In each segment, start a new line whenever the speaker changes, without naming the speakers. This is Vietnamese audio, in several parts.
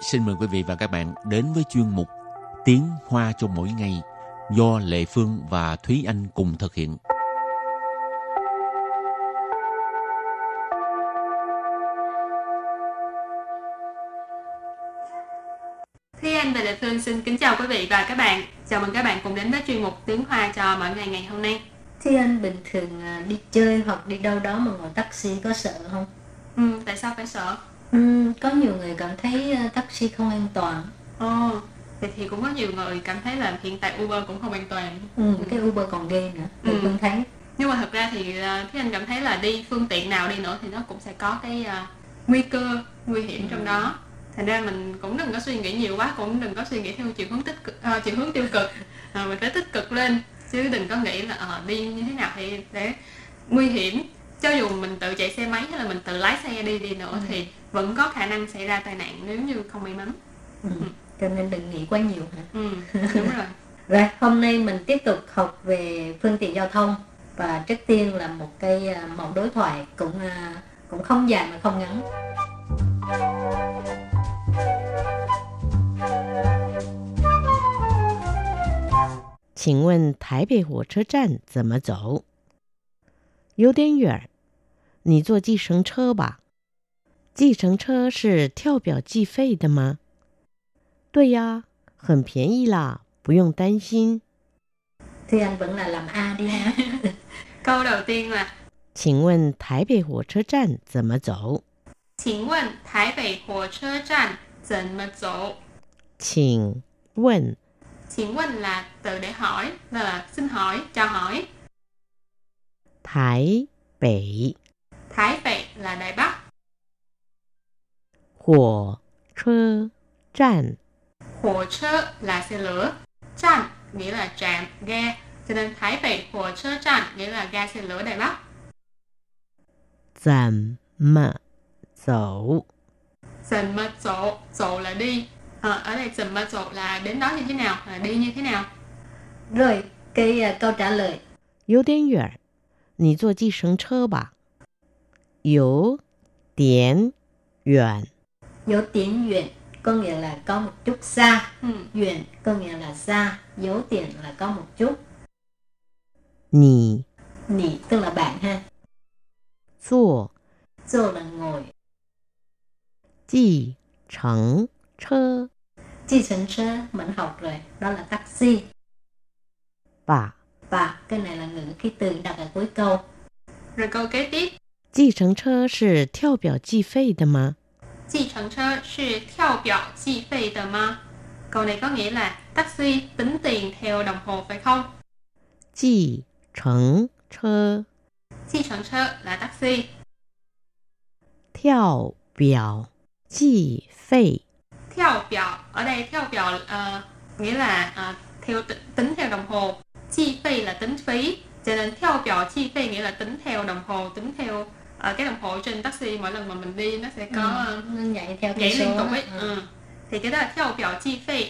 xin mời quý vị và các bạn đến với chuyên mục Tiếng Hoa cho mỗi ngày do Lệ Phương và Thúy Anh cùng thực hiện.
Thúy Anh và Lệ Phương xin kính chào quý vị và các bạn. Chào mừng các bạn cùng đến với chuyên mục Tiếng Hoa cho mỗi ngày ngày hôm nay.
Thế anh bình thường à, đi chơi hoặc đi đâu đó mà ngồi taxi có sợ không?
Ừ, tại sao phải sợ?
Ừ, có nhiều người cảm thấy à, taxi không an toàn.
Ồ, thì, thì cũng có nhiều người cảm thấy là hiện tại Uber cũng không an toàn.
Ừ, cái Uber còn ghê nữa, tôi
Ừ.
không thấy.
Nhưng mà thật ra thì à, Thúy Anh cảm thấy là đi phương tiện nào đi nữa thì nó cũng sẽ có cái à, nguy cơ, nguy hiểm trong đó. Thành ra mình cũng đừng có suy nghĩ nhiều quá, cũng đừng có suy nghĩ theo chiều hướng tích cực, à, chiều hướng tiêu cực. À, mình phải tích cực lên chứ đừng có nghĩ là ờ, đi như thế nào thì để nguy hiểm. Cho dù mình tự chạy xe máy hay là mình tự lái xe đi đi nữa
Ừ.
thì vẫn có khả năng xảy ra tai nạn nếu như không may mắn.
Ừ. Cho nên đừng nghĩ quá nhiều hả?
Ừ, đúng rồi.
Rồi, hôm nay mình tiếp tục học về phương tiện giao thông và trước tiên là một cái à, mẫu đối thoại cũng à, cũng không dài mà không ngắn.
请问台北火车站怎么走？有点远，你坐计程车吧。计程车是跳表计费的吗？对呀，很便宜啦，不用担心。
Thế anh vẫn là làm A đi ha.
Câu đầu tiên là
请问台北火车站怎么走？
Xin hỏi Thái Bắc Hồ Chơ Trạm Zhen Me Zhou
请问
Xin hỏi là từ để hỏi là xin hỏi, cho hỏi
台北
Thái Bắc là Đài Bắc
火车站
Hồ Chơ là xe lửa Trạm nghĩa là trạm, ga Cho nên Thái Bắc Hồ Chơ Trạm nghĩa là ga xe lửa Đài Bắc
怎么走？
Zhen Me Zhou Zhou là đi Ờ, Ở đây Zhen Me Zhou là đến đó như thế nào, là đi như thế nào
Rồi, cái à, câu trả lời
有点远，你坐计程车吧。有点远，
dấu tiếng Duyện có nghĩa là có một chút xa.
ừ.
Duyện có nghĩa là xa, dấu tiền là có một chút.
你
Nị tức là bạn ha.
坐
Zô là ngồi.
计程车
Chi sân sơ mình học rồi. Đó là taxi.
吧。
Và cái này là ngữ khí từ đặt ở cuối câu.
Rồi câu kế tiếp
计程车是跳表计费的吗？
Chi Chẩn Chơ Sư Theo Biểu Chi Phê Tờ Ma Câu này có nghĩa là taxi tính tiền theo đồng hồ phải không?
计程车
Chi Chẩn Chơ là taxi
跳表计费
theo biểu ở đây theo biểu ờ, nghĩa là ờ, theo ti- tính theo đồng hồ chi phí là tính phí cho nên theo biểu chi phí nghĩa là tính theo đồng hồ tính theo ờ, cái đồng hồ trên taxi mỗi lần mà mình đi nó sẽ có
Ừ, nó nhảy theo
uh,
cái
nhảy liên
số.
tục ấy
á.
ừ. thì cái đó là theo biểu chi phí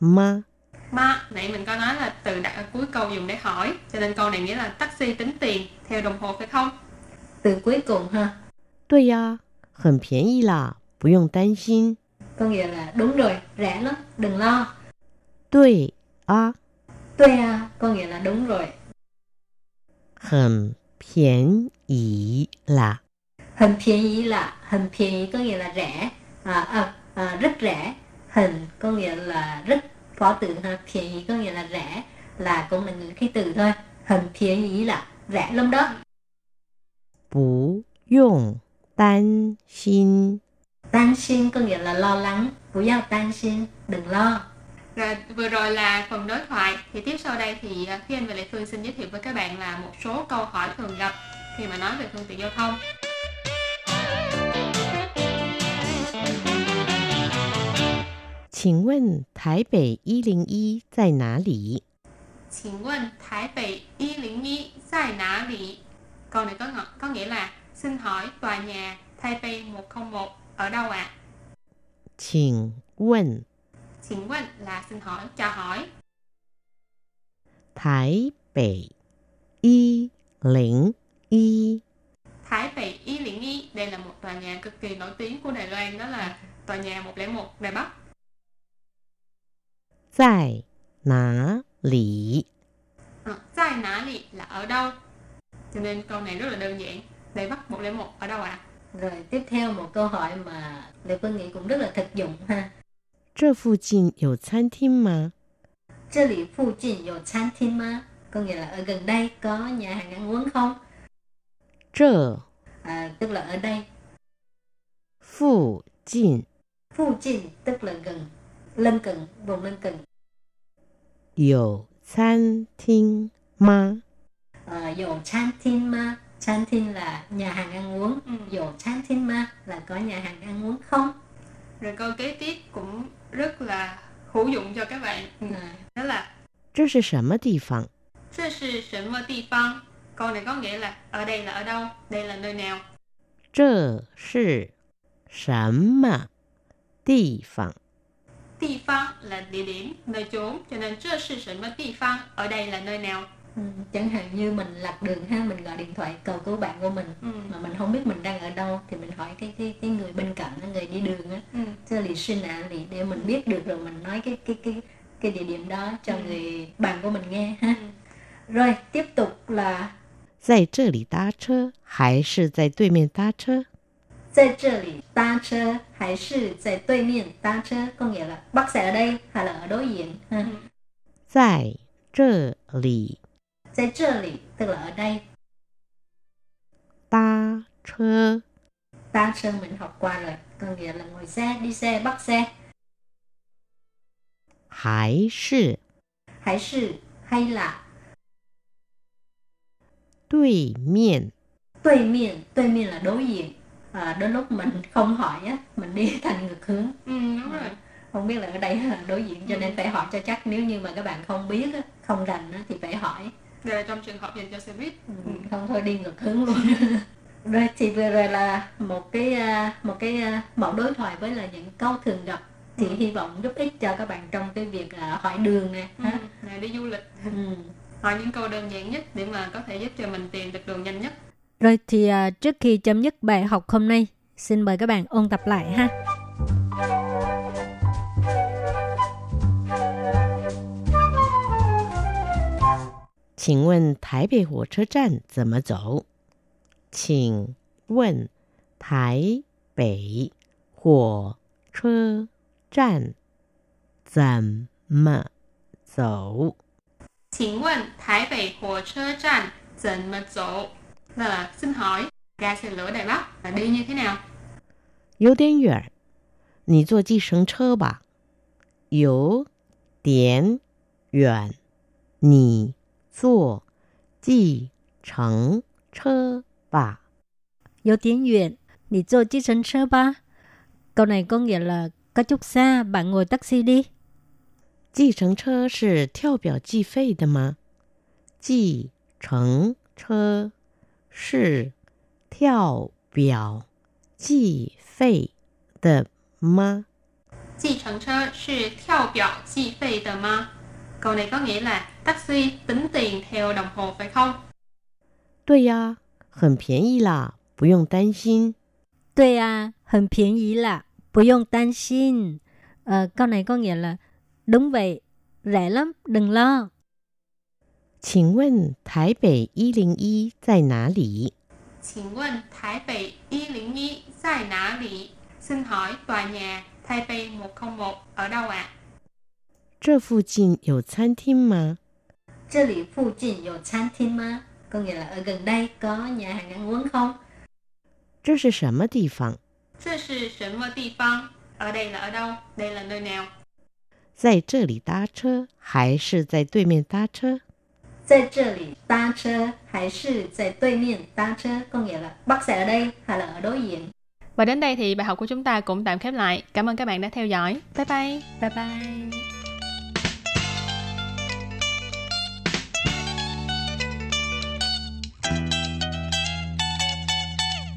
吗？
mà nãy mình có nói là từ đặt ở cuối câu dùng để hỏi cho nên câu này nghĩa là taxi tính tiền theo đồng hồ phải không
Từ cuối cùng ha.
对呀，很便宜啦，不用担心。
Có nghĩa là đúng rồi, rẻ lắm, đừng lo.
对啊，
Tuê à, có nghĩa là đúng rồi.
很便宜啦。
Hình phiên ý là hình phiên ý có nghĩa là rẻ. À, à, à, rất rẻ. Hình có nghĩa là rất phó từ ha. Phiên ý có nghĩa là rẻ. Là cũng là ngữ khí từ thôi. Hình phiên ý là rẻ lắm đó.
不用担心，
Tan xin có nghĩa là lo lắng. Của giao tan xin, đừng lo.
Rồi, vừa rồi là phần đối thoại thì tiếp sau đây thì à, Thúy Anh và Lệ Phương xin giới thiệu với các bạn là một số câu hỏi thường gặp khi mà nói về phương tiện giao thông.
请问台北一零一在哪里？
Xin hỏi Thái Bị Y Lĩnh Nhi tại nã lị? Câu này có ngọ- có nghĩa là xin hỏi tòa nhà Thái Bị 101 ở đâu ạ?
请问
Xin hỏi là xin hỏi cho hỏi.
台北一零一
Thái Bị Y Lĩnh Nhi đây là một tòa nhà cực kỳ nổi tiếng của Đài Loan đó là tòa nhà 101 Đài Bắc.
在哪里？
Ờ, Zai nã lì là ở đâu? Cho nên câu này rất là đơn giản. Đài Bắc 101 ở đâu ạ?
rồi tiếp theo một câu hỏi mà liệu phương nghĩ cũng rất là thực dụng ha
这附近有餐厅吗？
这里附近有餐厅吗 có nghĩa là ở gần đây có nhà hàng ăn uống không
这
à, tức là ở đây
附近
phụ trình tức là gần lân cận vùng lân cận
有餐厅吗？
à, dầu chan tin ma chan tin là nhà hàng ăn uống
Ừ.
dầu chan tin ma là có nhà hàng ăn uống không
Rồi câu kế tiếp cũng rất là hữu dụng cho các bạn. Ừ,
à,
Đó là
这是什么地方？
这是什么地方? Câu này có nghĩa là ở đây là ở đâu? Đây là nơi nào?
这是什么地方？
Địa phương là địa điểm, nơi chốn. Cho nên "这是什么地方" ở đây là nơi nào?
ừ, chẳng hạn như mình lạc đường ha mình gọi điện thoại cầu cứu bạn của mình
Ừ.
mà mình không biết mình đang ở đâu thì mình hỏi cái cái, cái người bên cạnh người đi đường á
Ừ.
cho lì xin ạ lì để mình biết được rồi mình nói cái cái cái cái địa điểm đó cho
Ừ.
người bạn của mình nghe ha
Ừ.
rồi tiếp tục là
在这里搭车还是在对面搭车？
在这里搭车还是在对面搭车 có nghĩa là bác sẽ ở đây hay là ở đối diện ha.
在这里
在这里 tức là ở đây
搭车
ta sơn mình học qua rồi có nghĩa là ngồi xe đi xe bắt xe
还是
hãy sự hay là
对面
tuệ miệng tuệ miệng là đối diện à, đến lúc mình không hỏi á mình đi thành ngược hướng À,
Ừ, đúng rồi.
không biết là ở đây hay là đối diện cho nên phải hỏi cho chắc nếu như mà các bạn không biết á, không rành á, thì phải hỏi
Đây là trong trường hợp dành cho xe buýt.
Ừ, không thôi đi ngược hướng luôn rồi thì vừa rồi là một cái à, một cái à, mẫu đối thoại với là những câu thường gặp thì
Ừ.
hy vọng giúp ích cho các bạn trong cái việc à, hỏi đường nè
Ừ.
ha.
Này, đi du lịch.
Ừ.
Hỏi những câu đơn giản nhất để mà có thể giúp cho mình tìm được đường nhanh nhất.
Rồi thì à, trước khi chấm dứt bài học hôm nay, xin mời các bạn ôn tập lại ha.
“请问台北火车站怎么走？”请问台北火车站怎么走？
请问台北火车站怎么走？là Vâng xin hỏi ga xe lửa Đài Bắc là đi như thế nào?
有点远，你坐计程车吧。有点远，你坐计程车吧。
Dấu tiếng Duyện, đi cho chiếc sân sơ ba. Câu này có nghĩa là có chút xa, bạn ngồi taxi đi.
计程车是跳表计费的吗？计程车是跳表计费的吗？
计程车是跳表计费的吗 Câu này có nghĩa là taxi tính tiền theo đồng hồ phải không?
对呀，很便宜啦，不用担心。
Tuy à, hình phiền ý là bù dùng tan xin. Ờ, câu này có nghĩa là đúng vậy, rẻ lắm, đừng lo.
请问台北一零一在哪里？
请问台北101在哪里？Xin hỏi tòa nhà Taipei 101 ở đâu ạ?
这附近有餐厅吗？
这里附近有餐厅吗 có nghĩa là ở 呃 gần đây có nhà hàng ăn uống không
这是什么地方？
这是什么地方？Ở đây là ở đâu? Đây là nơi nào?
在这里搭车还是在对面搭车？
在这里搭车还是在对面搭车 có nghĩa là bắt xe ở đây hay là ở đối diện
Và đến đây thì bài học của chúng ta cũng tạm khép lại. Cảm ơn các bạn đã theo dõi. Bye bye.
Bye bye.